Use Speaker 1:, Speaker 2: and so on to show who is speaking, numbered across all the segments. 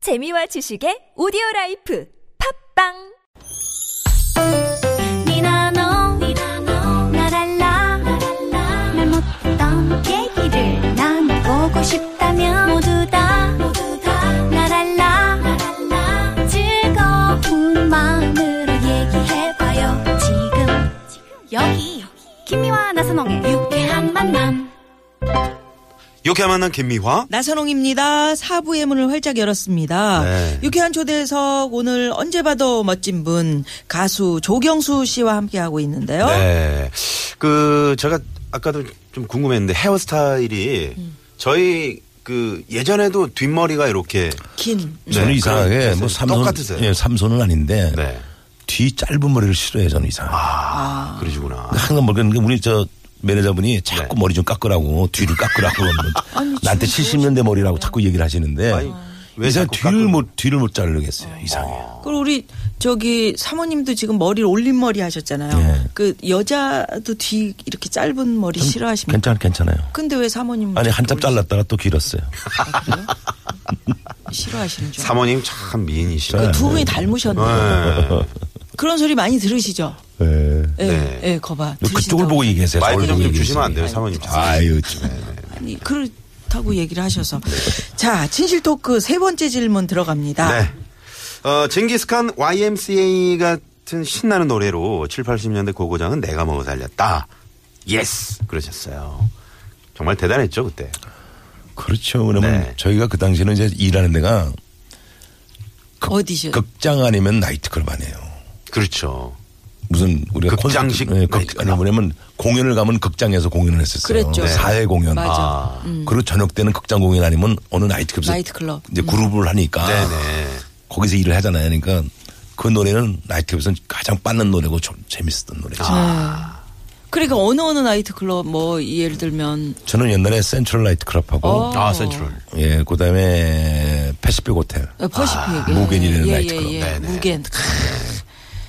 Speaker 1: 재미와 지식의 오디오 라이프 팝빵
Speaker 2: 니나노 나랄라 말 못했던 얘기를 나눠보고 싶다면 모두 다 나랄라 즐거운 마음으로 얘기해봐요 지금 여기 김미와 나선홍의 유쾌한 만남
Speaker 3: 이렇게 만난 김미화.
Speaker 4: 나선홍입니다. 사부의 문을 활짝 열었습니다.
Speaker 3: 네.
Speaker 4: 유쾌한 초대석 오늘 언제 봐도 멋진 분 가수 조경수 씨와 함께하고 있는데요.
Speaker 3: 네. 그 제가 아까도 좀 궁금했는데 헤어스타일이 저희 그 예전에도 뒷머리가 이렇게
Speaker 4: 긴
Speaker 5: 저는
Speaker 3: 네,
Speaker 5: 이상하게
Speaker 3: 그런 뜻은
Speaker 5: 뭐 삼손
Speaker 3: 똑같으세요?
Speaker 5: 예, 삼손은 아닌데
Speaker 3: 네. 아.
Speaker 5: 뒤 짧은 머리를 싫어해 요 저는 이상하게.
Speaker 3: 그러시구나.
Speaker 5: 항상 뭐 그러니까 우리 저 매니저분이
Speaker 3: 네.
Speaker 5: 자꾸 머리 좀 깎으라고 뒤를 깎으라고 그러면 나한테 70년대 머리라고 자꾸 얘기를 하시는데
Speaker 3: 왜
Speaker 5: 이상
Speaker 3: 자꾸 아.
Speaker 5: 뒤를
Speaker 3: 깎으-
Speaker 5: 못 뒤를 못 자르겠어요 이상해.
Speaker 4: 그리고 우리 저기 사모님도 지금 머리를 올린 머리 하셨잖아요.
Speaker 5: 네.
Speaker 4: 그 여자도 뒤 이렇게 짧은 머리 싫어하십니까?
Speaker 5: 괜찮 괜찮아요.
Speaker 4: 근데 왜 사모님
Speaker 5: 아니 한참 잘랐다가 또 길었어요.
Speaker 4: 싫어하시는 줄? 알아요?
Speaker 3: 사모님 참 미인이시네.
Speaker 4: 그 두 분이 닮으셨네. 그런 소리 많이 들으시죠?
Speaker 5: 예.
Speaker 4: 예,
Speaker 3: 네.
Speaker 4: 예, 거봐.
Speaker 5: 그쪽을
Speaker 4: 들으신다고.
Speaker 5: 보고 얘기하세요.
Speaker 3: 마이크
Speaker 5: 저를
Speaker 3: 좀
Speaker 5: 보고 얘기하세요.
Speaker 3: 주시면 안 네. 돼요, 사모님.
Speaker 5: 아유 참.
Speaker 4: 아니, 그렇다고 얘기를 하셔서. 자, 진실 토크 세 번째 질문 들어갑니다.
Speaker 3: 네. 어, 징기스칸 YMCA 같은 신나는 노래로 7, 80년대 고고장은 내가 먹어 살렸다. 예스! 그러셨어요. 정말 대단했죠, 그때.
Speaker 5: 그렇죠. 그러면
Speaker 3: 네.
Speaker 5: 저희가 그 당시에는 이제 일하는 데가
Speaker 4: 어디죠?
Speaker 5: 극장 아니면 나이트클럽 아니에요.
Speaker 3: 그렇죠.
Speaker 5: 무슨 우리가
Speaker 3: 극장식
Speaker 5: 콘서트, 예,
Speaker 3: 나이트클럽.
Speaker 5: 극, 아니 뭐냐면 공연을 가면 극장에서 공연을 했었어요.
Speaker 4: 그랬죠. 네.
Speaker 5: 사회 공연.
Speaker 4: 맞아. 음.
Speaker 3: 아.
Speaker 5: 그리고 저녁 때는 극장 공연 아니면 어느 나이트클럽에서
Speaker 4: 나이트클럽. 음.
Speaker 5: 이제 그룹을 하니까
Speaker 3: 아. 네네.
Speaker 5: 거기서 일을 하잖아요. 그러니까 그 노래는 나이트클럽에서 가장 빠는 노래고 좀 재밌었던 노래죠.
Speaker 3: 아.
Speaker 4: 그러니까 어느 어느 나이트클럽 뭐 예를 들면
Speaker 5: 저는 옛날에 센트럴 나이트클럽하고
Speaker 4: 어.
Speaker 3: 아, 센트럴.
Speaker 5: 예, 그다음에 패시픽 호텔.
Speaker 4: 퍼시픽 예.
Speaker 5: 무겐이라는
Speaker 4: 예,
Speaker 5: 나이트클럽.
Speaker 4: 예, 예.
Speaker 3: 네네.
Speaker 4: 무겐 크,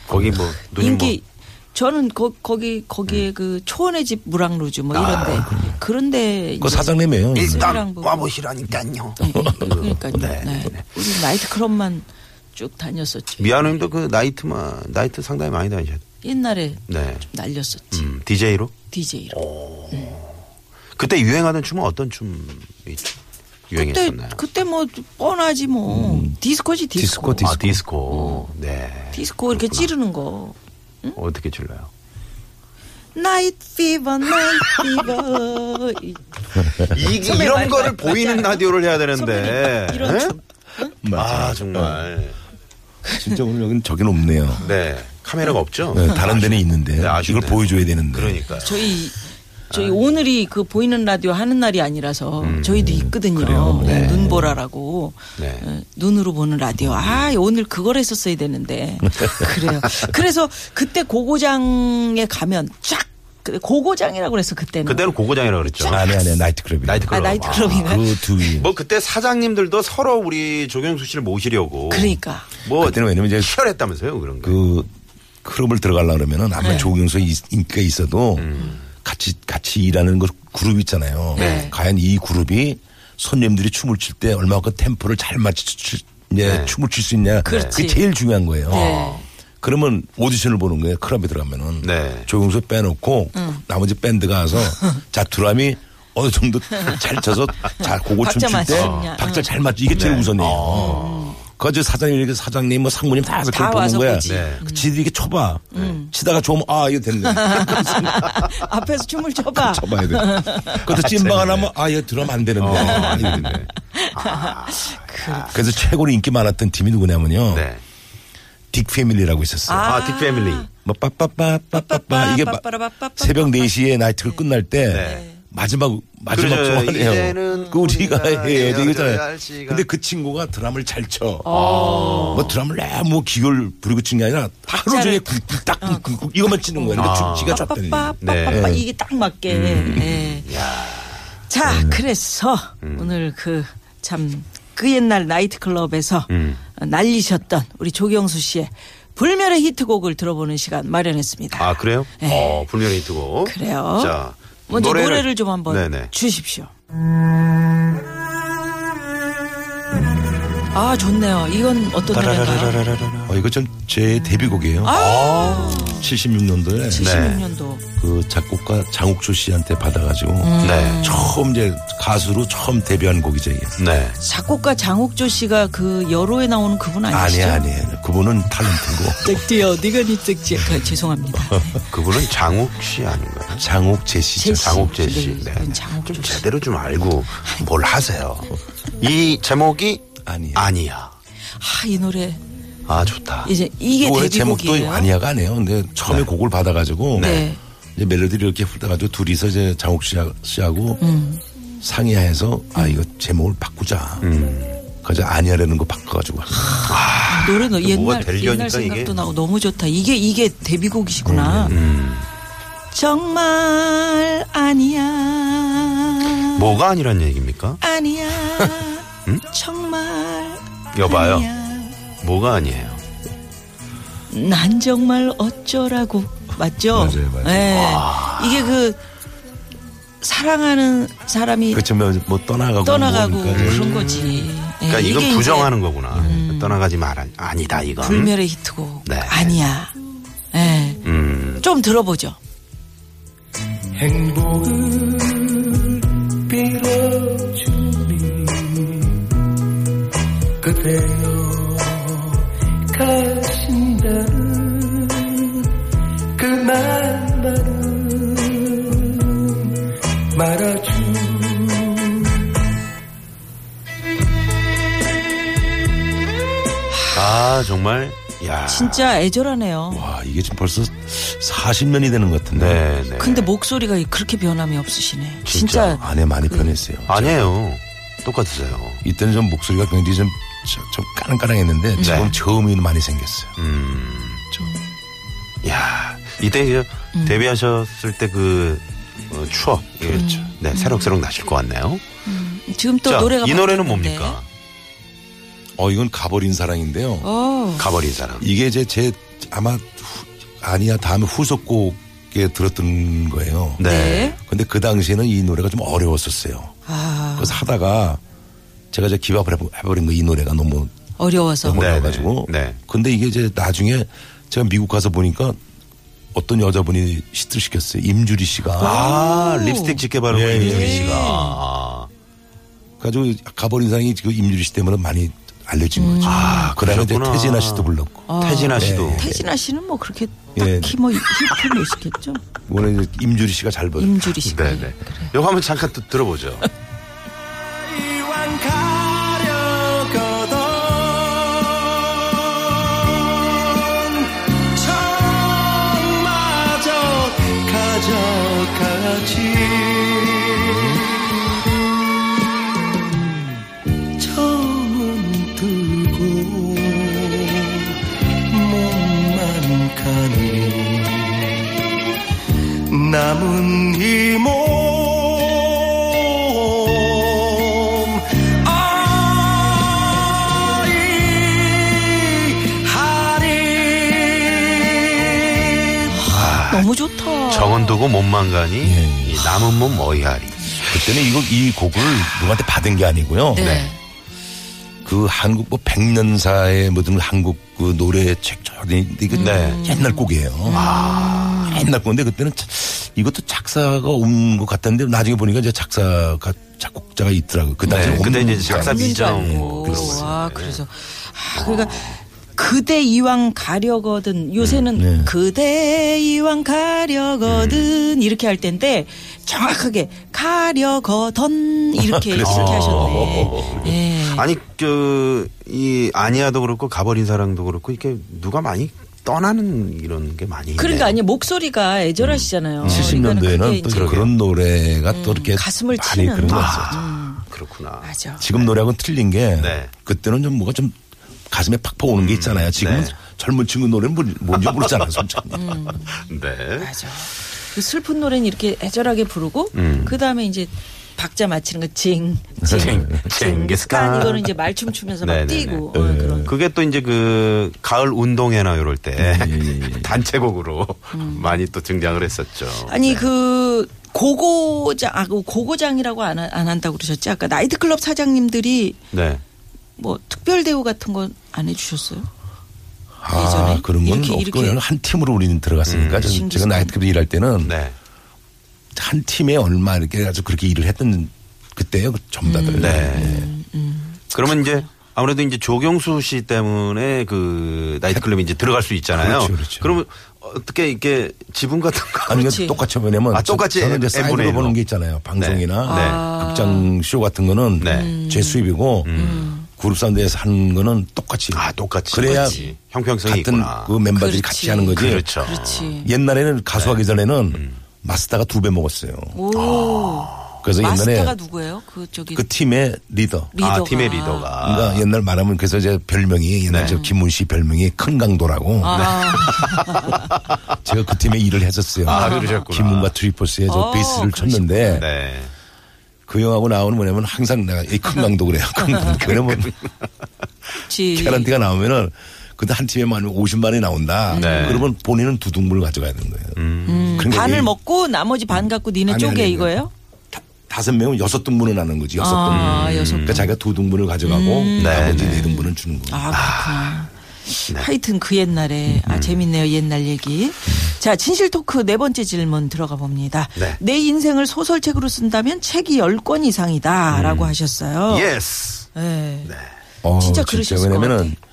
Speaker 3: 거기 뭐, 누님
Speaker 4: 인기 저는 거, 거기 거기에 그 초원의 집 무랑루즈 뭐 이런데 그런데
Speaker 5: 그
Speaker 3: 뭐
Speaker 5: 사장님이에요.
Speaker 4: 술이랑
Speaker 3: 일단
Speaker 4: 뭐-
Speaker 3: 와보시라니까요.
Speaker 4: 그러니까
Speaker 3: 네,
Speaker 4: 네. 우리 나이트클럽만 쭉 다녔었지
Speaker 3: 미아노님도 그 나이트만 나이트 상당히 많이 다니셨.
Speaker 4: 옛날에
Speaker 3: 네.
Speaker 4: 좀 날렸었지
Speaker 3: 음, DJ로.
Speaker 4: DJ로
Speaker 3: 그때 유행하던 춤은 어떤 춤이
Speaker 4: 그때
Speaker 3: 유행했었나요?
Speaker 4: 그때 뭐 뻔하지 뭐 디스코지 디스코
Speaker 5: 디스코, 디스코.
Speaker 3: 아, 디스코. 네.
Speaker 4: 그 음. 디스코 이렇게
Speaker 3: 그렇구나.
Speaker 4: 찌르는 거
Speaker 3: 어떻게 출러요?
Speaker 4: 나이트 피버 나이트 피버
Speaker 3: 이, 이런 거를 보이는 라디오를 해야 되는데.
Speaker 4: 이런
Speaker 3: 예?
Speaker 4: 춤.
Speaker 3: 아, 정말.
Speaker 5: 진짜 오늘 여긴 저긴 없네요.
Speaker 3: 네. 카메라가 없죠?
Speaker 5: 네, 다른 데는 있는데
Speaker 3: 네, 아쉽네요.
Speaker 5: 이걸 보여줘야 되는데.
Speaker 3: 그러니까.
Speaker 4: 저희 저희 오늘이 그 보이는 라디오 하는 날이 아니라서 저희도 있거든요. 어,
Speaker 5: 그래요?
Speaker 3: 네.
Speaker 4: 눈보라라고
Speaker 3: 네.
Speaker 4: 어, 눈으로 보는 라디오. 아 오늘 그걸 했었어야 되는데 그래요. 그래서 그때 고고장에 가면 쫙그 고고장이라고 그래서 그때는
Speaker 3: 그때는 고고장이라고 그랬죠.
Speaker 5: 아니 아니 나이트클럽이.
Speaker 3: 나이트클럽.
Speaker 4: 아 나이트클럽인가? 요
Speaker 5: 그두
Speaker 3: 뭐 그때 사장님들도 서로 우리 조경수 씨를 모시려고.
Speaker 4: 그러니까
Speaker 3: 뭐
Speaker 5: 그때는 왜냐면 이제
Speaker 3: 치열했다면서요, 그런 거.
Speaker 5: 그 클럽을 들어가려 그러면은 아무리
Speaker 4: 네.
Speaker 5: 조경수 인기가 있어도 같이 같이 일하는 그 그룹 있잖아요.
Speaker 4: 네.
Speaker 5: 과연 이 그룹이 손님들이 춤을 출 때 얼마큼 템포를 잘 맞춰 출- 이제 춤을 출 수 있냐.
Speaker 4: 그렇지.
Speaker 5: 게 제일 중요한 거예요.
Speaker 4: 네.
Speaker 5: 그러면 오디션을 보는 거예요. 클럽에 들어가면은
Speaker 3: 네.
Speaker 5: 조경수 빼놓고
Speaker 4: 음.
Speaker 5: 나머지 밴드 가서 자 두람이 어느 정도 잘 쳐서 잘 고고
Speaker 4: 박자
Speaker 5: 춤출 때
Speaker 4: 맞추냐. 음.
Speaker 5: 박자 잘 맞추 이게 제일 우선이에요. 그저 사장님 이렇게 사장님 뭐 상무님 다 와서
Speaker 4: 다
Speaker 5: 그걸 보는
Speaker 4: 와서
Speaker 5: 거야.
Speaker 4: 보지. 음. 네.
Speaker 5: 그 지들이 이렇게 쳐봐. 치다가 좋으면 아 이거 됐네.
Speaker 4: 앞에서 춤을 춰봐.
Speaker 5: 쳐봐야 돼. 그것도 찐빵 하나 하면 아 이거 들어가면 안 되는데. 아, 이거 됐네. 그래서 최고로 인기 많았던 팀이 누구냐면요.
Speaker 3: 네.
Speaker 5: 딕 패밀리라고 있었어요.
Speaker 3: 아, 딕패밀리.
Speaker 5: 뭐 빠빠빠빠빠빠 이게 막
Speaker 4: 빠빠라빠빠빠. 네.
Speaker 5: 새벽 4시에 나이트를 끝날 때 마지막 마지막
Speaker 3: 네. 그렇죠. 이제는
Speaker 5: 조만이에요. 그 우리가
Speaker 3: 우리가
Speaker 5: 해야
Speaker 3: 할
Speaker 5: 되잖아요.
Speaker 3: 시간.
Speaker 5: 근데 그 친구가 드럼을 잘 쳐.
Speaker 4: 어.
Speaker 5: 뭐 드럼을 너무 기교를 부리고 치는 게 아니라 하루 종일 굴굴 딱 굴굴 이것만 치는 거예요. 그러니까
Speaker 3: 아.
Speaker 5: 지가 쳤다니.
Speaker 4: 빠빠빠빠
Speaker 3: 네.
Speaker 4: 이게 딱 맞게. 예. 자, 그래서 오늘 그 참 그 옛날 나이트클럽에서 날리셨던 우리 조경수 씨의 불멸의 히트곡을 들어보는 시간 마련했습니다.
Speaker 3: 아, 그래요?
Speaker 4: 네.
Speaker 3: 어, 불면이 뜨고.
Speaker 4: 그래요.
Speaker 3: 자.
Speaker 4: 먼저 노래를, 좀 한번
Speaker 3: 네네.
Speaker 4: 주십시오. 아 좋네요. 이건 어떤 노래인가요?
Speaker 3: 따라라라라라라.
Speaker 5: 어, 이거 전 제 데뷔곡이에요.
Speaker 4: 아.
Speaker 5: 76년도에
Speaker 4: 76년도.
Speaker 5: 그 작곡가 장욱조 씨한테 받아가지고
Speaker 4: 음.
Speaker 3: 네.
Speaker 5: 처음 이제 가수로 처음 데뷔한 곡이죠. 이게.
Speaker 3: 네.
Speaker 4: 작곡가 장옥조 씨가 그 여로에 나오는 그분 아니시죠?
Speaker 5: 아니에요, 아니에요. 그분은 탤런트고
Speaker 4: 뜩지요. 네가 니 뜩지. 그, 죄송합니다. 네.
Speaker 3: 그분은 장욱 씨 아닌가요?
Speaker 5: 장욱재 씨죠.
Speaker 4: 제 씨.
Speaker 3: 장욱재 씨.
Speaker 4: 네,
Speaker 3: 네.
Speaker 4: 그건 장욱재
Speaker 3: 좀
Speaker 4: 씨.
Speaker 3: 제대로 좀 알고 뭘 하세요. 이 제목이
Speaker 5: 아니에요.
Speaker 3: 아니야.
Speaker 4: 아, 이 노래
Speaker 3: 아 좋다.
Speaker 4: 이제 이게
Speaker 5: 원래 제목도
Speaker 4: 데뷔곡이에요.
Speaker 5: 아니야가 아니에요. 근데 처음에 곡을 받아가지고
Speaker 4: 네.
Speaker 5: 이제 멜로디를 이렇게 풀다가지고 둘이서 이제 장욱 씨하- 씨하고
Speaker 4: 음.
Speaker 5: 상의해서 아 이거 제목을 바꾸자. 그래서 아니야라는 거 바꿔가지고
Speaker 4: 아, 노래는
Speaker 3: 뭐가
Speaker 4: 옛날
Speaker 3: 되려니까
Speaker 4: 옛날 생각도
Speaker 3: 이게.
Speaker 4: 나고 너무 좋다. 이게 이게 데뷔곡이시구나. 정말 아니야.
Speaker 3: 뭐가 아니란 얘기입니까?
Speaker 4: 아니야. 정말
Speaker 3: 어, 여봐요.
Speaker 4: 아니야.
Speaker 3: 뭐가 아니에요.
Speaker 4: 난 정말 어쩌라고 맞죠?
Speaker 5: 맞아요, 맞아요.
Speaker 4: 예. 이게 그 사랑하는 사람이
Speaker 5: 그렇죠. 뭐, 뭐 그러니까 떠나가고
Speaker 4: 떠나가고
Speaker 5: 뭐니까 이제
Speaker 4: 그런 거지. 예,
Speaker 3: 그러니까
Speaker 4: 이게
Speaker 3: 이건
Speaker 4: 이제 음.
Speaker 3: 부정하는 거구나. 떠나가지 마라. 아니다 이건.
Speaker 4: 불멸의 히트곡
Speaker 3: 네.
Speaker 4: 아니야. 예.
Speaker 3: 음.
Speaker 4: 좀 들어보죠.
Speaker 6: 행복을 빌어주니 그대여 가신다는 그 그날만은 말아주
Speaker 3: 아 정말. 야.
Speaker 4: 진짜 애절하네요.
Speaker 3: 뭐.
Speaker 5: 와 이게 지금 벌써 40년이 되는 것 같은데.
Speaker 3: 네. 네.
Speaker 4: 근데 목소리가 그렇게 변함이 없으시네. 진짜, 그
Speaker 5: 안에 많이 변했어요.
Speaker 3: 아니에요. 똑같으세요.
Speaker 5: 이때는 좀 목소리가 굉장히 좀, 저- 좀 까랑까랑했는데 지금 저음이 많이 생겼어요.
Speaker 3: 음. 야 이때 이제
Speaker 4: 음.
Speaker 3: 데뷔하셨을 때 그 추억. 그렇죠. 네 새록새록 나실 것 같네요.
Speaker 4: 지금 음. 또
Speaker 3: 자,
Speaker 4: 노래가
Speaker 3: 이 노래는
Speaker 4: 바뀌었는데.
Speaker 3: 뭡니까?
Speaker 5: 어 이건 가버린 사랑인데요.
Speaker 4: 어,
Speaker 3: 가버린 사람.
Speaker 5: 이게 이제 제 아마 후- 아니야 다음에 후속곡에 들었던 거예요.
Speaker 4: 네.
Speaker 5: 근데 그 당시에는 이 노래가 좀 어려웠었어요.
Speaker 4: 아,
Speaker 5: 그래서 하다가 제가 이제 기밥을 해버- 해버린 거 이 노래가 너무
Speaker 4: 어려워서.
Speaker 5: 너무
Speaker 3: 네,
Speaker 5: 어려가지고.
Speaker 3: 네, 네.
Speaker 5: 근데 이게 이제 나중에 제가 미국 가서 보니까 어떤 여자분이 시트를 시켰어요. 임주리 씨가.
Speaker 3: 아 립스틱 짙게 바르고
Speaker 5: 예,
Speaker 3: 임주리
Speaker 5: 예.
Speaker 3: 씨가. 아.
Speaker 5: 가지고 가버린 상이 그 임주리 씨 때문에 많이 알려진 거죠.
Speaker 3: 아,
Speaker 5: 그다음에 이제
Speaker 3: 그러셨구나.
Speaker 5: 태진아 씨도 불렀고.
Speaker 3: 태진아 씨도.
Speaker 4: 태진아 씨는 뭐 그렇게
Speaker 5: 예.
Speaker 3: 네.
Speaker 4: 딱히 뭐 히트를 내시겠죠?
Speaker 5: 원래 이제 임주리 씨가 잘 불렀고.
Speaker 4: 임주리 씨가.
Speaker 3: 네네. 요거 한번 잠깐 또 들어보죠.
Speaker 6: 이왕 가려거든 정마저 가져가지 정은 두고 몸만 가니 남은 이몸 아리하리
Speaker 4: 너무 좋다.
Speaker 3: 정은 두고 몸만 가니
Speaker 5: 예.
Speaker 3: 이 남은 몸 어이하리.
Speaker 5: 그때는 이거 이 곡을 누구한테 받은 게 아니고요.
Speaker 4: 네.
Speaker 5: 그 한국 뭐 백년사의 모든 한국 그 노래 책 저기 이거
Speaker 3: 네.
Speaker 5: 옛날 곡이에요.
Speaker 3: 아.
Speaker 5: 옛날 건데 그때는 참 이것도 작사가 없는 것 같았는데 나중에 보니까 이제 작사가 작곡자가 있더라고. 그 당시
Speaker 3: 네,
Speaker 5: 에
Speaker 3: 그때 이제 작사
Speaker 4: 없는 줄
Speaker 3: 미정
Speaker 4: 알고.
Speaker 3: 뭐 그런 거.
Speaker 4: 아, 그래서. 아, 그러니까 그대 이왕 가려거든. 요새는
Speaker 5: 네.
Speaker 4: 그대 이왕 가려거든. 이렇게 할 텐데 정확하게 가려거든. 이렇게 이렇게 하셨네. 예.
Speaker 3: 아니 그 이 아니야도 그렇고 가버린 사랑도 그렇고 이렇게 누가 많이 떠나는 이런 게 많이 있네요.
Speaker 4: 그러니까 아니 목소리가 애절하시잖아요. 그러니까는 음. 그게
Speaker 5: 음. 70년도에는 또
Speaker 4: 이제
Speaker 5: 그런 노래가 또 이렇게
Speaker 4: 가슴을
Speaker 5: 많이
Speaker 4: 치는.
Speaker 5: 그런 거
Speaker 3: 아,
Speaker 5: 있었죠.
Speaker 3: 그렇구나.
Speaker 4: 맞아.
Speaker 5: 지금 노래하고는 틀린 게
Speaker 3: 네.
Speaker 5: 그때는 좀 뭐가 좀 가슴에 팍팍 오는 게 있잖아요. 지금은
Speaker 3: 네.
Speaker 5: 젊은 친구 노래는 뭔- 뭔지 모르잖아요. 솔직히.
Speaker 4: 음.
Speaker 3: 네.
Speaker 4: 맞아. 그 슬픈 노래는 이렇게 애절하게 부르고 그 다음에 이제 박자 맞히는 거징징
Speaker 3: 징기스칸.
Speaker 4: 이거는 이제 말춤 추면서 막
Speaker 3: 네네네.
Speaker 4: 뛰고 어, 그런.
Speaker 3: 그게 또 이제 그 가을 운동회나 이럴 때
Speaker 5: 음.
Speaker 3: 단체곡으로 많이 또 등장을 했었죠.
Speaker 4: 음. 아니
Speaker 5: 네.
Speaker 4: 그 고고장 아 그 고고장이라고 안, 하- 안 한다고 그러셨지 아까 나이트클럽 사장님들이
Speaker 3: 네.
Speaker 4: 뭐 특별 대우 같은 건 안 해주셨어요?
Speaker 5: 아
Speaker 4: 예전에?
Speaker 5: 그런 건
Speaker 4: 이렇게,
Speaker 5: 없고
Speaker 4: 이렇게.
Speaker 5: 요한 팀으로 우리는 들어갔으니까 저는 제가
Speaker 4: 신기하다.
Speaker 5: 나이트클럽 일할 때는
Speaker 3: 음. 네.
Speaker 5: 한 팀에 얼마 이렇게 아주 그렇게 일을 했던 그때요 그 전다들.
Speaker 3: 네. 그러면 이제 아무래도 이제 조경수 씨 때문에 그 나이트클럽에 이제 들어갈 수 있잖아요.
Speaker 5: 그렇죠, 그렇죠.
Speaker 3: 그러면 어떻게 이렇게 지분 같은 거
Speaker 5: 아니
Speaker 4: 그렇지.
Speaker 5: 그 똑같이 보냐면
Speaker 3: 아, 똑같이
Speaker 5: 저는 이제
Speaker 3: M-
Speaker 5: 사이드로
Speaker 3: M분의 일로.
Speaker 5: 보는 게 있잖아요 방송이나
Speaker 3: 네.
Speaker 4: 아.
Speaker 5: 극장 쇼 같은 거는
Speaker 3: 네. 음.
Speaker 5: 제 수입이고 그룹 사운드에서 하는 거는 똑같이
Speaker 3: 아, 똑같이.
Speaker 5: 그래야
Speaker 3: 그렇지. 형평성이
Speaker 5: 같은
Speaker 3: 있구나.
Speaker 5: 그 멤버들이
Speaker 4: 그렇지.
Speaker 5: 같이
Speaker 4: 예.
Speaker 5: 하는 거지
Speaker 3: 그렇죠. 네. 음.
Speaker 4: 그렇지.
Speaker 5: 옛날에는 가수 하기 전에는 마스터가 두 배 먹었어요
Speaker 4: 오.
Speaker 5: 아, 그래서
Speaker 4: 뭐 마스터가
Speaker 5: 옛날에
Speaker 4: 누구예요? 그 저기
Speaker 5: 그 팀의 리더
Speaker 3: 아,
Speaker 4: 리더가.
Speaker 3: 팀의 리더가.
Speaker 5: 그러니까 옛날 말하면 그래서 제 별명이 옛날 저 김문 씨 별명이 큰 강도라고 네.
Speaker 4: 아,
Speaker 5: 제가 그 팀에 일을 했었어요.
Speaker 3: 아, 그러셨구나.
Speaker 5: 김문과 트리포스에 저
Speaker 4: 어,
Speaker 5: 베이스를
Speaker 4: 그러셨구나.
Speaker 5: 쳤는데
Speaker 3: 네.
Speaker 5: 그 형하고 나오는 뭐냐면 항상 내가 이 큰강도 그래요. 큰강도. 왜냐면 뭐
Speaker 4: 그렇지.
Speaker 5: 개런티가 나오면은 근데 한 팀에 많으면 50만 원이 나온다.
Speaker 3: 네.
Speaker 5: 그러면 본인은 두둥물을 가져가야 되는 거예요. 그러니까
Speaker 4: 음, 반을
Speaker 5: 이게
Speaker 4: 먹고 나머지 반 갖고 니네
Speaker 5: 아니,
Speaker 4: 쪼개
Speaker 5: 아니,
Speaker 4: 이거예요?
Speaker 5: 다- 다섯 명은 여섯 등분을 하는 거지. 여섯 등분.
Speaker 4: 아, 여섯
Speaker 5: 그러니까 자기가 두 등분을 가져가고 나머지 네 등분은 주는 거예요.
Speaker 4: 아, 그렇구나.
Speaker 5: 네.
Speaker 4: 하여튼 그 옛날에
Speaker 5: 음,
Speaker 4: 아 재밌네요 옛날 얘기. 자 진실 토크 네 번째 질문 들어가 봅니다.
Speaker 3: 네.
Speaker 4: 내 인생을 소설책으로 쓴다면 책이 10권 이상이다라고
Speaker 5: 음.
Speaker 4: 하셨어요.
Speaker 3: 예스.
Speaker 4: 네.
Speaker 5: 어,
Speaker 4: 진짜 그러셨을 것
Speaker 5: 왜냐면은
Speaker 4: 같아.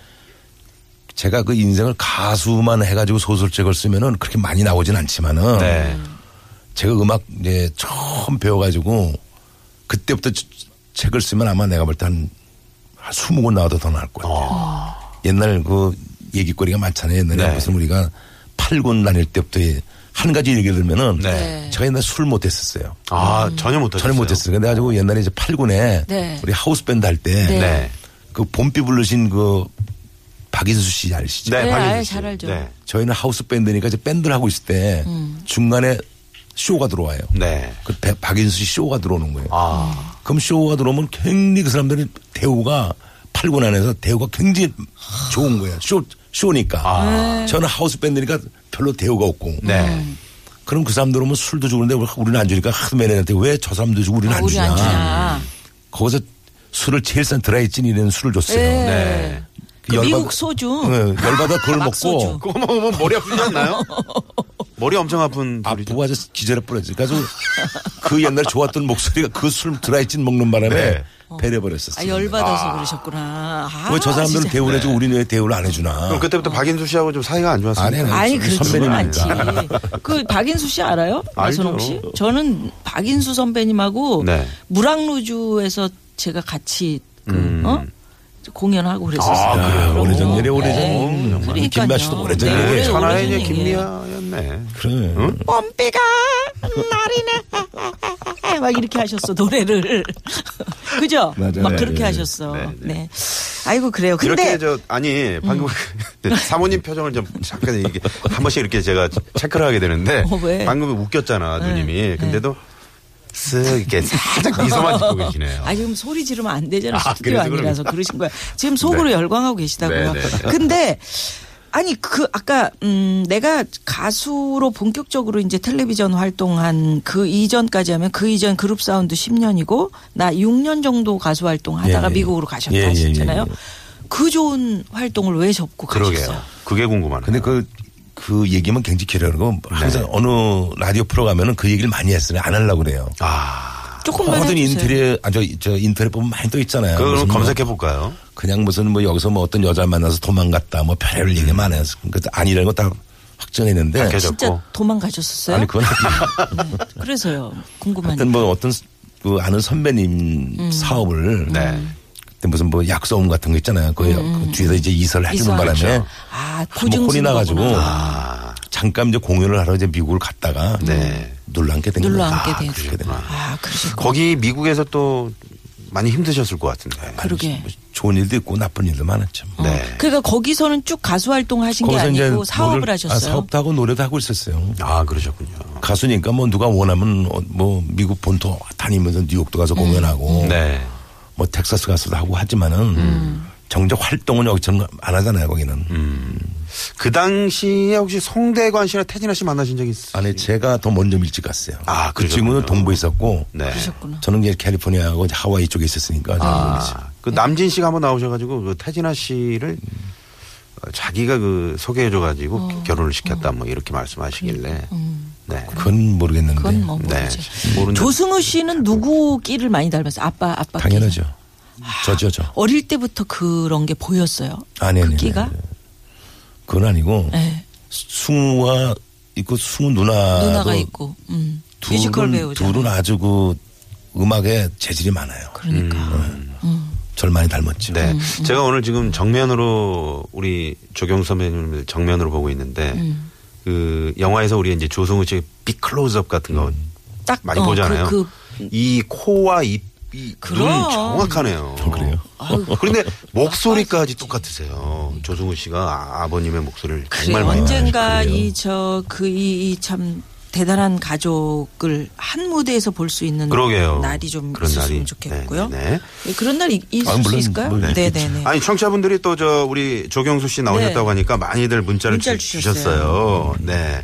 Speaker 5: 제가 그 인생을 가수만 해가지고 소설책을 쓰면은 그렇게 많이 나오진 않지만은
Speaker 3: 네.
Speaker 5: 제가 음악 이제 처음 배워가지고 그때부터 저- 책을 쓰면 아마 내가 볼 때한 한 20권 나와도 더 나을 것 같아요. 옛날 그 얘기거리가 많잖아요. 옛날에
Speaker 3: 어. 네.
Speaker 5: 무슨 우리가 8권 다닐 때부터 한 가지 얘기를 들면은
Speaker 3: 네.
Speaker 5: 제가 옛날 술 못했었어요.
Speaker 3: 아, 전혀 못 하셨어요.
Speaker 5: 전혀 못했어요. 근데 가지고 옛날에 이제 8군에
Speaker 4: 네.
Speaker 5: 우리 하우스밴드 할 때 그
Speaker 4: 네.
Speaker 5: 봄비 부르신 그 박인수 씨 아시죠?
Speaker 3: 네,
Speaker 4: 네,
Speaker 3: 박인수
Speaker 4: 알-
Speaker 3: 씨.
Speaker 4: 잘 알죠.
Speaker 3: 네.
Speaker 5: 저희는 하우스 밴드니까 이제 밴드를 하고 있을 때
Speaker 4: 음.
Speaker 5: 중간에 쇼가 들어와요.
Speaker 3: 네.
Speaker 5: 그 배- 박인수 씨 쇼가 들어오는 거예요.
Speaker 3: 아.
Speaker 5: 그럼 쇼가 들어오면 굉장히 그 사람들이 대우가 팔군 안에서 대우가 굉장히 좋은 거예요. 쇼 쇼니까.
Speaker 4: 아. 네.
Speaker 5: 저는 하우스 밴드니까 별로 대우가 없고.
Speaker 3: 네.
Speaker 5: 그럼 그 사람들 오면 술도 주는데 우리는 안 주니까 하도 매너한테 왜 저 사람도 주고 우리는
Speaker 4: 아,
Speaker 5: 안
Speaker 4: 우리
Speaker 5: 주냐.
Speaker 4: 안 주냐.
Speaker 5: 거기서 술을 제일 싼 드라이 찐이라는 술을 줬어요.
Speaker 3: 네.
Speaker 5: 그
Speaker 4: 그
Speaker 5: 열받-
Speaker 4: 미국 소주.
Speaker 5: 네, 열받아 그걸 먹고
Speaker 4: 막소주.
Speaker 3: 그거 먹으면 머리 아프지 않나요? 머리 엄청 아픈 둘이죠.
Speaker 5: 아프고 아주 기절해 버렸지. 그래서 그 옛날 좋았던 목소리가 그 술 드라이찐 먹는 바람에
Speaker 3: 네.
Speaker 4: 아,
Speaker 5: 배려버렸었어요.
Speaker 4: 열받아서 그러셨구나. 아,
Speaker 5: 왜 저 사람들은
Speaker 4: 진짜.
Speaker 5: 대우를 해주고 우리는 왜 대우를 안 해주나.
Speaker 3: 네. 그럼 그때부터
Speaker 4: 아.
Speaker 3: 박인수 씨하고 좀 사이가 안 좋았어요.
Speaker 5: 안 해요.
Speaker 4: 아니 그렇지 않지.
Speaker 5: 선배님입니다.
Speaker 4: 그 박인수 씨 알아요? 나선홍 씨?
Speaker 3: 알죠.
Speaker 4: 저는 박인수 선배님하고
Speaker 3: 네.
Speaker 4: 무랑루주에서 제가 같이 그, 어? 공연하고
Speaker 3: 아,
Speaker 4: 그랬었어요.
Speaker 3: 그래요?
Speaker 4: 그럼.
Speaker 5: 음. 오래전 일에 오래전.
Speaker 4: 네.
Speaker 5: 음,
Speaker 4: 그러니까요.
Speaker 5: 김미아 씨도 오래전
Speaker 4: 네,
Speaker 5: 일에.
Speaker 3: 네.
Speaker 4: 오래-
Speaker 3: 하나의
Speaker 4: 오래전
Speaker 3: 이제
Speaker 4: 얘기예요.
Speaker 3: 김미아였네.
Speaker 5: 그래.
Speaker 4: 뻔삐가 날이네 막 이렇게 하셨어 노래를 그죠?
Speaker 5: 맞아요.
Speaker 4: 막
Speaker 5: 네,
Speaker 4: 그렇게
Speaker 5: 네,
Speaker 4: 하셨어. 네, 아이고 그래요. 근데 음.
Speaker 3: 이렇게 저 아니 방금 네, 사모님 표정을 좀 잠깐 이게 한 번씩 이렇게 제가 체크를 하게 되는데
Speaker 4: 어, 왜? 네.
Speaker 3: 방금 웃겼잖아 누님이 근데도 쓱 이렇게 살짝 미소만 짓고 계시네요.
Speaker 4: 아 지금 소리 지르면 안 되잖아
Speaker 3: 아,
Speaker 4: 스튜디오
Speaker 3: 그래서
Speaker 4: 아니라서 그러신 거야. 지금 속으로
Speaker 3: 네.
Speaker 4: 열광하고 계시다고요.
Speaker 3: 네, 네, 네.
Speaker 4: 근데 아니 그 아까 음 내가 가수로 본격적으로 이제 텔레비전 활동한 그 이전까지 하면 그 이전 그룹 사운드 10년이고 나 6년 정도 가수 활동하다가
Speaker 5: 예, 예.
Speaker 4: 미국으로 가셨다
Speaker 5: 예, 예,
Speaker 4: 하셨잖아요.
Speaker 5: 예, 예.
Speaker 4: 그 좋은 활동을 왜 접고
Speaker 3: 그러게요.
Speaker 4: 가셨어요?
Speaker 3: 그게 궁금하네요.
Speaker 5: 근데 그, 그 얘기만 굉장히 길어요.
Speaker 3: 네.
Speaker 5: 항상 어느 라디오 프로 가면은 그 얘기를 많이 했어요. 안 하려고 그래요.
Speaker 3: 아
Speaker 4: 조금만
Speaker 5: 모든
Speaker 4: 해주세요.
Speaker 5: 인터넷, 아, 저, 저 인터넷 보면 많이 떠 있잖아요.
Speaker 3: 그걸
Speaker 5: 무슨 뭐
Speaker 3: 검색해 볼까요?
Speaker 5: 그냥 무슨 뭐 여기서 뭐 어떤 여자 만나서 도망갔다 뭐 별의별 얘기 많아요. 그러니까 아니라는 거 다 확정했는데.
Speaker 3: 밝혀져.
Speaker 4: 아, 진짜
Speaker 3: 해줬고.
Speaker 4: 도망가셨었어요?
Speaker 5: 아니 그건 아니고.
Speaker 4: 그래서요. 궁금하니까.
Speaker 5: 하여튼 뭐 어떤 그 아는 선배님
Speaker 4: 음.
Speaker 5: 사업을
Speaker 3: 네.
Speaker 5: 그때 무슨 뭐 약소음 같은 거 있잖아요. 그, 그 뒤에서 이제 이사를 해주는
Speaker 4: 이사하죠.
Speaker 5: 바람에
Speaker 4: 아,
Speaker 5: 한번 혼이
Speaker 4: 고증
Speaker 5: 나가지고
Speaker 4: 거구나.
Speaker 3: 아
Speaker 5: 잠깐 이제 공연을 하러 이제 미국을 갔다가
Speaker 3: 네.
Speaker 5: 눌러앉게 된 거예요.
Speaker 4: 눌러앉게
Speaker 5: 아,
Speaker 4: 된
Speaker 5: 그렇게 된 거예요.
Speaker 4: 아, 그러셨구나.
Speaker 3: 거기 미국에서 또 많이 힘드셨을 것 같은데.
Speaker 4: 그러게.
Speaker 5: 뭐 좋은 일도 있고 나쁜 일도 많았죠. 뭐.
Speaker 3: 네.
Speaker 4: 그러니까 거기서는 쭉 가수 활동하신 게 아니고 사업을
Speaker 5: 노래를-
Speaker 4: 하셨어요.
Speaker 5: 아, 사업도 하고 노래도 하고 있었어요.
Speaker 3: 아 그러셨군요.
Speaker 5: 가수니까 뭐 누가 원하면 어, 뭐 미국 본토 다니면서 뉴욕도 가서
Speaker 4: 음.
Speaker 5: 공연하고
Speaker 3: 네.
Speaker 5: 뭐 텍사스 가서도 하고 하지만은 정작 활동은 여기처럼 안 하잖아요 거기는.
Speaker 3: 음. 그 당시에 혹시 송대관 씨나 태진아 씨 만나신 적 있어요?
Speaker 5: 아니 제가 더 먼저 일찍 갔어요.
Speaker 3: 아,
Speaker 5: 그
Speaker 3: 그러셨군요.
Speaker 5: 친구는 동부에 있었고
Speaker 3: 네.
Speaker 4: 그러셨구나.
Speaker 5: 저는 이제 캘리포니아하고 이제 하와이 쪽에 있었으니까 좀
Speaker 3: 아,
Speaker 5: 모르겠어요.
Speaker 3: 그 남진 씨가 한번 나오셔가지고 그 태진아 씨를 자기가 그 소개해줘가지고
Speaker 4: 어.
Speaker 3: 결혼을 시켰다 뭐 이렇게 말씀하시길래 네.
Speaker 5: 그건 모르겠는데.
Speaker 4: 그러니까. 음. 그건 뭐
Speaker 3: 네.
Speaker 4: 모르지.
Speaker 3: 모르는
Speaker 4: 조승우 씨는 누구 끼를 많이 닮았어요? 아빠, 아빠 끼.
Speaker 5: 당연하죠. 저죠, 저.
Speaker 4: 어릴 때부터 그런 게 보였어요.
Speaker 5: 아니, 네, 아니,
Speaker 4: 그
Speaker 5: 아니,
Speaker 4: 끼가?
Speaker 5: 아니. 그건 아니고
Speaker 4: 네.
Speaker 5: 승우가 있고 승우 누나도
Speaker 4: 누나가 있고. 음. 뮤지컬
Speaker 5: 아, 둘은,
Speaker 4: 배우죠.
Speaker 5: 둘은 아주 그 음악에 재질이 많아요.
Speaker 4: 그러니까.
Speaker 5: 절 많이 닮았죠.
Speaker 4: 음,
Speaker 3: 네. 제가 오늘 지금 정면으로 우리 조경 선배님을 정면으로 보고 있는데
Speaker 4: 음.
Speaker 3: 그 영화에서 우리 이제 조성우 씨의 빅 클로즈업 같은 거
Speaker 4: 딱
Speaker 3: 많이
Speaker 4: 어,
Speaker 3: 보잖아요.
Speaker 4: 그,
Speaker 3: 이 코와 입, 이, 눈
Speaker 4: 그럼.
Speaker 3: 정확하네요.
Speaker 5: 아, 그래요?
Speaker 3: 어, 그런데 목소리까지 똑같으세요. 조승우 씨가 아- 아버님의 목소리를
Speaker 4: 그래
Speaker 3: 정말 많이
Speaker 4: 언젠가
Speaker 5: 그래요.
Speaker 4: 이 저 그 이 참 대단한 가족을 한 무대에서 볼 수 있는
Speaker 3: 그러게요.
Speaker 4: 날이 좀
Speaker 3: 그런
Speaker 4: 있었으면
Speaker 3: 날이.
Speaker 4: 좋겠고요.
Speaker 3: 네, 네,
Speaker 4: 그런 날이 있을
Speaker 5: 아,
Speaker 4: 수
Speaker 5: 물론,
Speaker 4: 있을까요?
Speaker 5: 물론
Speaker 4: 네네네.
Speaker 5: 있겠죠.
Speaker 3: 아니 청취자분들이 또 저 우리 조경수 씨 나오셨다고
Speaker 4: 네.
Speaker 3: 하니까 많이들 문자를,
Speaker 4: 문자를
Speaker 3: 주, 셨어요 네.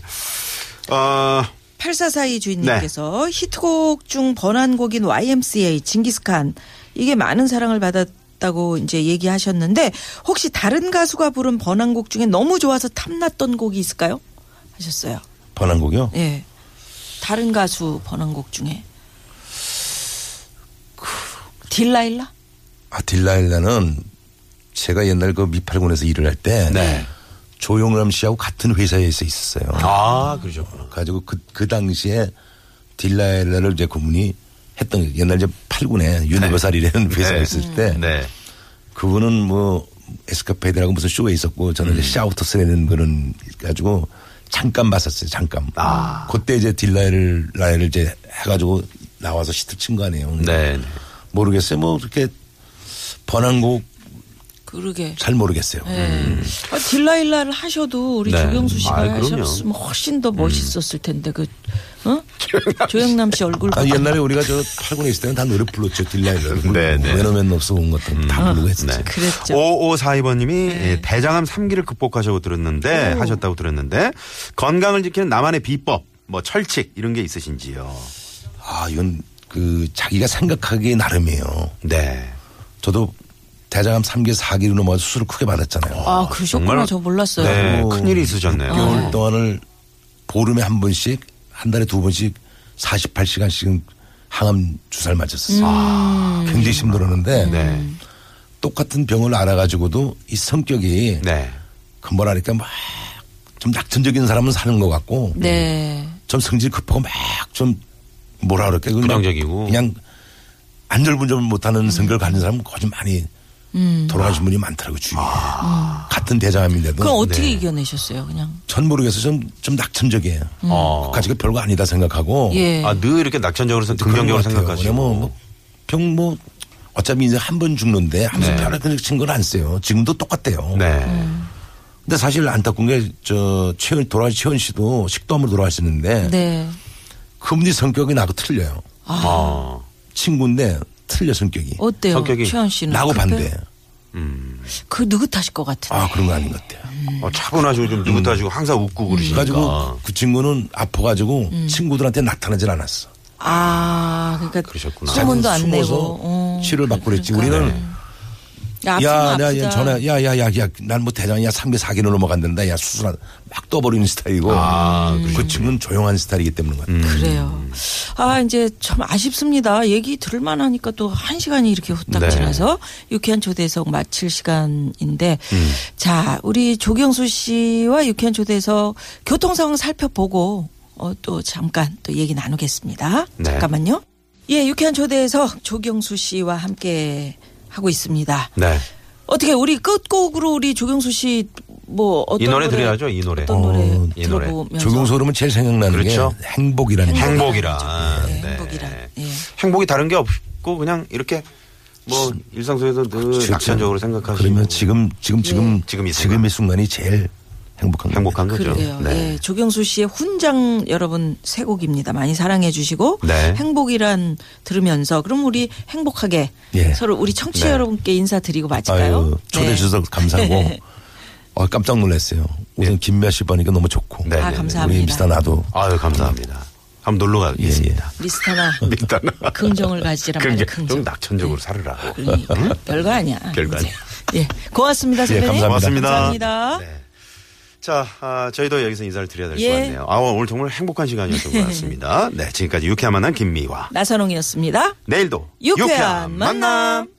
Speaker 3: 어,
Speaker 4: 8442 주인님께서
Speaker 3: 네.
Speaker 4: 히트곡 중 번안곡인 YMCA 징기스칸 이게 많은 사랑을 받았다고 이제 얘기하셨는데 혹시 다른 가수가 부른 번안곡 중에 너무 좋아서 탐났던 곡이 있을까요? 하셨어요.
Speaker 5: 번안곡이요?
Speaker 4: 예. 다른 가수 번안곡 중에 딜라일라?
Speaker 5: 아 딜라일라는 제가 옛날 그 미팔군에서 일을 할 때
Speaker 3: 네.
Speaker 5: 조용남 씨하고 같은 회사에서 있었어요.
Speaker 3: 아, 그러셨구나.
Speaker 5: 가지고 그, 그 당시에 딜라일라를 이제 고문이 했던 게 옛날 이제 팔군에 유니버살이라는 회사에
Speaker 3: 네.
Speaker 5: 있을 때
Speaker 3: 네.
Speaker 5: 그분은 뭐 에스카페이드라고 무슨 쇼에 있었고 저는
Speaker 3: 음.
Speaker 5: 이제 샤우터스라는 그런 가지고 잠깐 봤었어요. 잠깐.
Speaker 3: 아.
Speaker 5: 그때 이제 딜라일을 라일을 이제 해가지고 나와서 시트 친 거 아니에요.
Speaker 3: 네. 네.
Speaker 5: 모르겠어요. 뭐 그렇게 번안곡
Speaker 4: 그러게.
Speaker 5: 잘 모르겠어요.
Speaker 4: 아, 딜라일라를 하셔도 우리
Speaker 3: 네.
Speaker 4: 조경수 씨가
Speaker 3: 아이, 그럼요.
Speaker 4: 하셨으면 훨씬 더 멋있었을 텐데 그 어? 조영남 씨 얼굴
Speaker 5: 아, 옛날에 우리가 저 팔군에 있을 때는 다 노래 불렀죠. 딜라일러를.
Speaker 3: 네, 네.
Speaker 5: 맨오맨 없어 온 것도 다 부르고 했었죠.
Speaker 3: 네.
Speaker 4: 아, 그랬죠.
Speaker 3: 5542번님이 예, 대장암 3기를 극복하셨다고 들었는데 하셨다고 들었는데 건강을 지키는 나만의 비법 뭐 철칙 이런 게 있으신지요?
Speaker 5: 아, 이건 그 자기가 생각하기 나름이에요.
Speaker 3: 네.
Speaker 5: 저도 대장암 3기, 4기로 넘어가서 수술을 크게 받았잖아요.
Speaker 4: 아, 그러셨구나.
Speaker 3: 정말-
Speaker 4: 저 몰랐어요.
Speaker 3: 네,
Speaker 5: 오.
Speaker 3: 큰일이 있으셨네요.
Speaker 5: 6개월 동안을 보름에 한 번씩, 한 달에 두 번씩 48시간씩은 항암 주사를 맞았어요. 었 굉장히 힘들었는데
Speaker 3: 네.
Speaker 5: 똑같은 병을 알아가지고도 이 성격이
Speaker 3: 네.
Speaker 5: 금발하니까 막 좀 낙천적인 사람은 사는 것 같고
Speaker 4: 네.
Speaker 5: 좀 성질 급하고 막 좀 뭐라 그럴까 그냥
Speaker 3: 부정적이고.
Speaker 5: 그냥 안절분절 못하는
Speaker 4: 음.
Speaker 5: 성격을 가진 사람은 거의 좀 많이 돌아가신 분이 많더라고요 주위에
Speaker 3: 아.
Speaker 5: 같은 대장암인데도
Speaker 4: 그럼 어떻게
Speaker 3: 네.
Speaker 4: 이겨내셨어요, 그냥?
Speaker 5: 전 모르겠어요 좀, 좀 낙천적이에요
Speaker 3: 어.
Speaker 5: 그까지가 별거 아니다 생각하고
Speaker 4: 음. 예.
Speaker 3: 아, 늘 이렇게 낙천적으로 생-
Speaker 5: 그런
Speaker 3: 긍정적으로
Speaker 5: 것 같아요.
Speaker 3: 생각하시고.
Speaker 5: 왜냐면 뭐 병 뭐 어차피 이제 한 번 죽는데 항상
Speaker 3: 네.
Speaker 5: 벼락을 친건 안 써요 지금도 똑같대요
Speaker 3: 네.
Speaker 4: 음.
Speaker 5: 근데 사실 안타까운 게 저 최현 돌아가신 최현 씨도 식도암으로 돌아가셨는데
Speaker 4: 네.
Speaker 5: 그분이 성격이 나하고 틀려요.
Speaker 3: 어.
Speaker 5: 친구인데 틀려 성격이.
Speaker 4: 어때요?
Speaker 3: 성격이
Speaker 4: 최현 씨는
Speaker 5: 나하고
Speaker 4: 급해?
Speaker 5: 반대.
Speaker 4: 그 느긋하실 것 같은데.
Speaker 5: 아 그런 거 아닌 것 같아요.
Speaker 4: 음.
Speaker 3: 어, 차분하시고 좀 느긋하시고 항상 웃고 그러시니까.
Speaker 5: 음. 그래가지고 그 친구는 아파가지고
Speaker 4: 음.
Speaker 5: 친구들한테 나타나질 않았어.
Speaker 4: 아, 그러니까
Speaker 3: 그러셨구나.
Speaker 4: 소문도 안
Speaker 5: 숨어서
Speaker 4: 내고. 어. 그러니까.
Speaker 5: 치료를 받고 그랬지. 우리는
Speaker 4: 야,
Speaker 5: 야,
Speaker 4: 아프다.
Speaker 5: 나 얘
Speaker 4: 아프다.
Speaker 5: 전화, 음. 야, 야, 야, 야, 난 뭐 대장이야, 3개, 4개로 넘어간단다. 야, 수술한, 막 떠버리는 스타일이고.
Speaker 3: 아,
Speaker 5: 그 친구는 조용한 스타일이기 때문인 것
Speaker 4: 음.
Speaker 5: 같아요.
Speaker 4: 그래요. 아, 이제 참 아쉽습니다. 얘기 들을만 하니까 또 한 시간이 이렇게 후딱
Speaker 3: 네.
Speaker 4: 지나서 유쾌한 초대석 마칠 시간인데
Speaker 5: 음.
Speaker 4: 자, 우리 조경수 씨와 유쾌한 초대석 교통 상황 살펴보고 어, 또 잠깐 또 얘기 나누겠습니다.
Speaker 3: 네.
Speaker 4: 잠깐만요. 예, 유쾌한 초대석 조경수 씨와 함께 하고 있습니다.
Speaker 3: 네.
Speaker 4: 어떻게 우리 끝곡으로 우리 조경수 씨 뭐 어떤
Speaker 3: 이 노래 드려야죠, 이 노래.
Speaker 4: 어떤 노래
Speaker 5: 어,
Speaker 3: 이 노래.
Speaker 4: 들어보면서
Speaker 5: 조경수 그러면 제일 생각나는
Speaker 3: 그렇죠.
Speaker 5: 게 행복이라는 게.
Speaker 3: 행복이란.
Speaker 4: 네, 행복이란. 예.
Speaker 3: 행복이 다른 게 없고 그냥 이렇게 뭐 일상 속에서 늘
Speaker 5: 진짜.
Speaker 3: 낙천적으로 생각하시고. 예.
Speaker 5: 그러면 지금, 지금, 지금,
Speaker 3: 지금 이 순간.
Speaker 5: 지금 이 순간이 제일 행복한 거예요.
Speaker 3: 행복한 거죠. 네.
Speaker 4: 그러게요. 예, 조경수 씨의 훈장 여러분 새 곡입니다. 많이 사랑해 주시고
Speaker 3: 네.
Speaker 4: 행복이란 들으면서 그럼 우리 행복하게
Speaker 5: 예.
Speaker 4: 서로 우리 청취자
Speaker 3: 네.
Speaker 4: 여러분께 인사드리고 마칠까요?
Speaker 5: 아유, 초대해
Speaker 4: 네.
Speaker 5: 주셔서 감사하고 어, 깜짝 놀랐어요. 우선 김미아 씨 보니까 너무 좋고
Speaker 3: 네, 아, 네, 네.
Speaker 4: 감사합니다.
Speaker 5: 우리 미스터 나도
Speaker 3: 아유 감사합니다. 한번
Speaker 5: 예,
Speaker 3: 놀러 가겠습니다.
Speaker 4: 미스터나
Speaker 3: 일단은
Speaker 4: 긍정을 가지란 말이야.
Speaker 3: 긍정. 좀
Speaker 4: 긍정.
Speaker 3: 낙천적으로 살으라고.
Speaker 4: 그러니까 별거 아니야.
Speaker 3: 별거 아니야.
Speaker 4: 예, 고맙습니다
Speaker 5: 예,
Speaker 4: 선배님.
Speaker 5: 감사합니다. 네.
Speaker 4: 감사합니다.
Speaker 3: 자, 아, 저희도 여기서 인사를 드려야 될 것
Speaker 4: 예.
Speaker 3: 같네요. 아, 오늘 정말 행복한 시간이었던 것 같습니다. 네, 지금까지 유쾌한 만남 김미화.
Speaker 4: 나선홍이었습니다.
Speaker 3: 내일도
Speaker 4: 유쾌한 만남.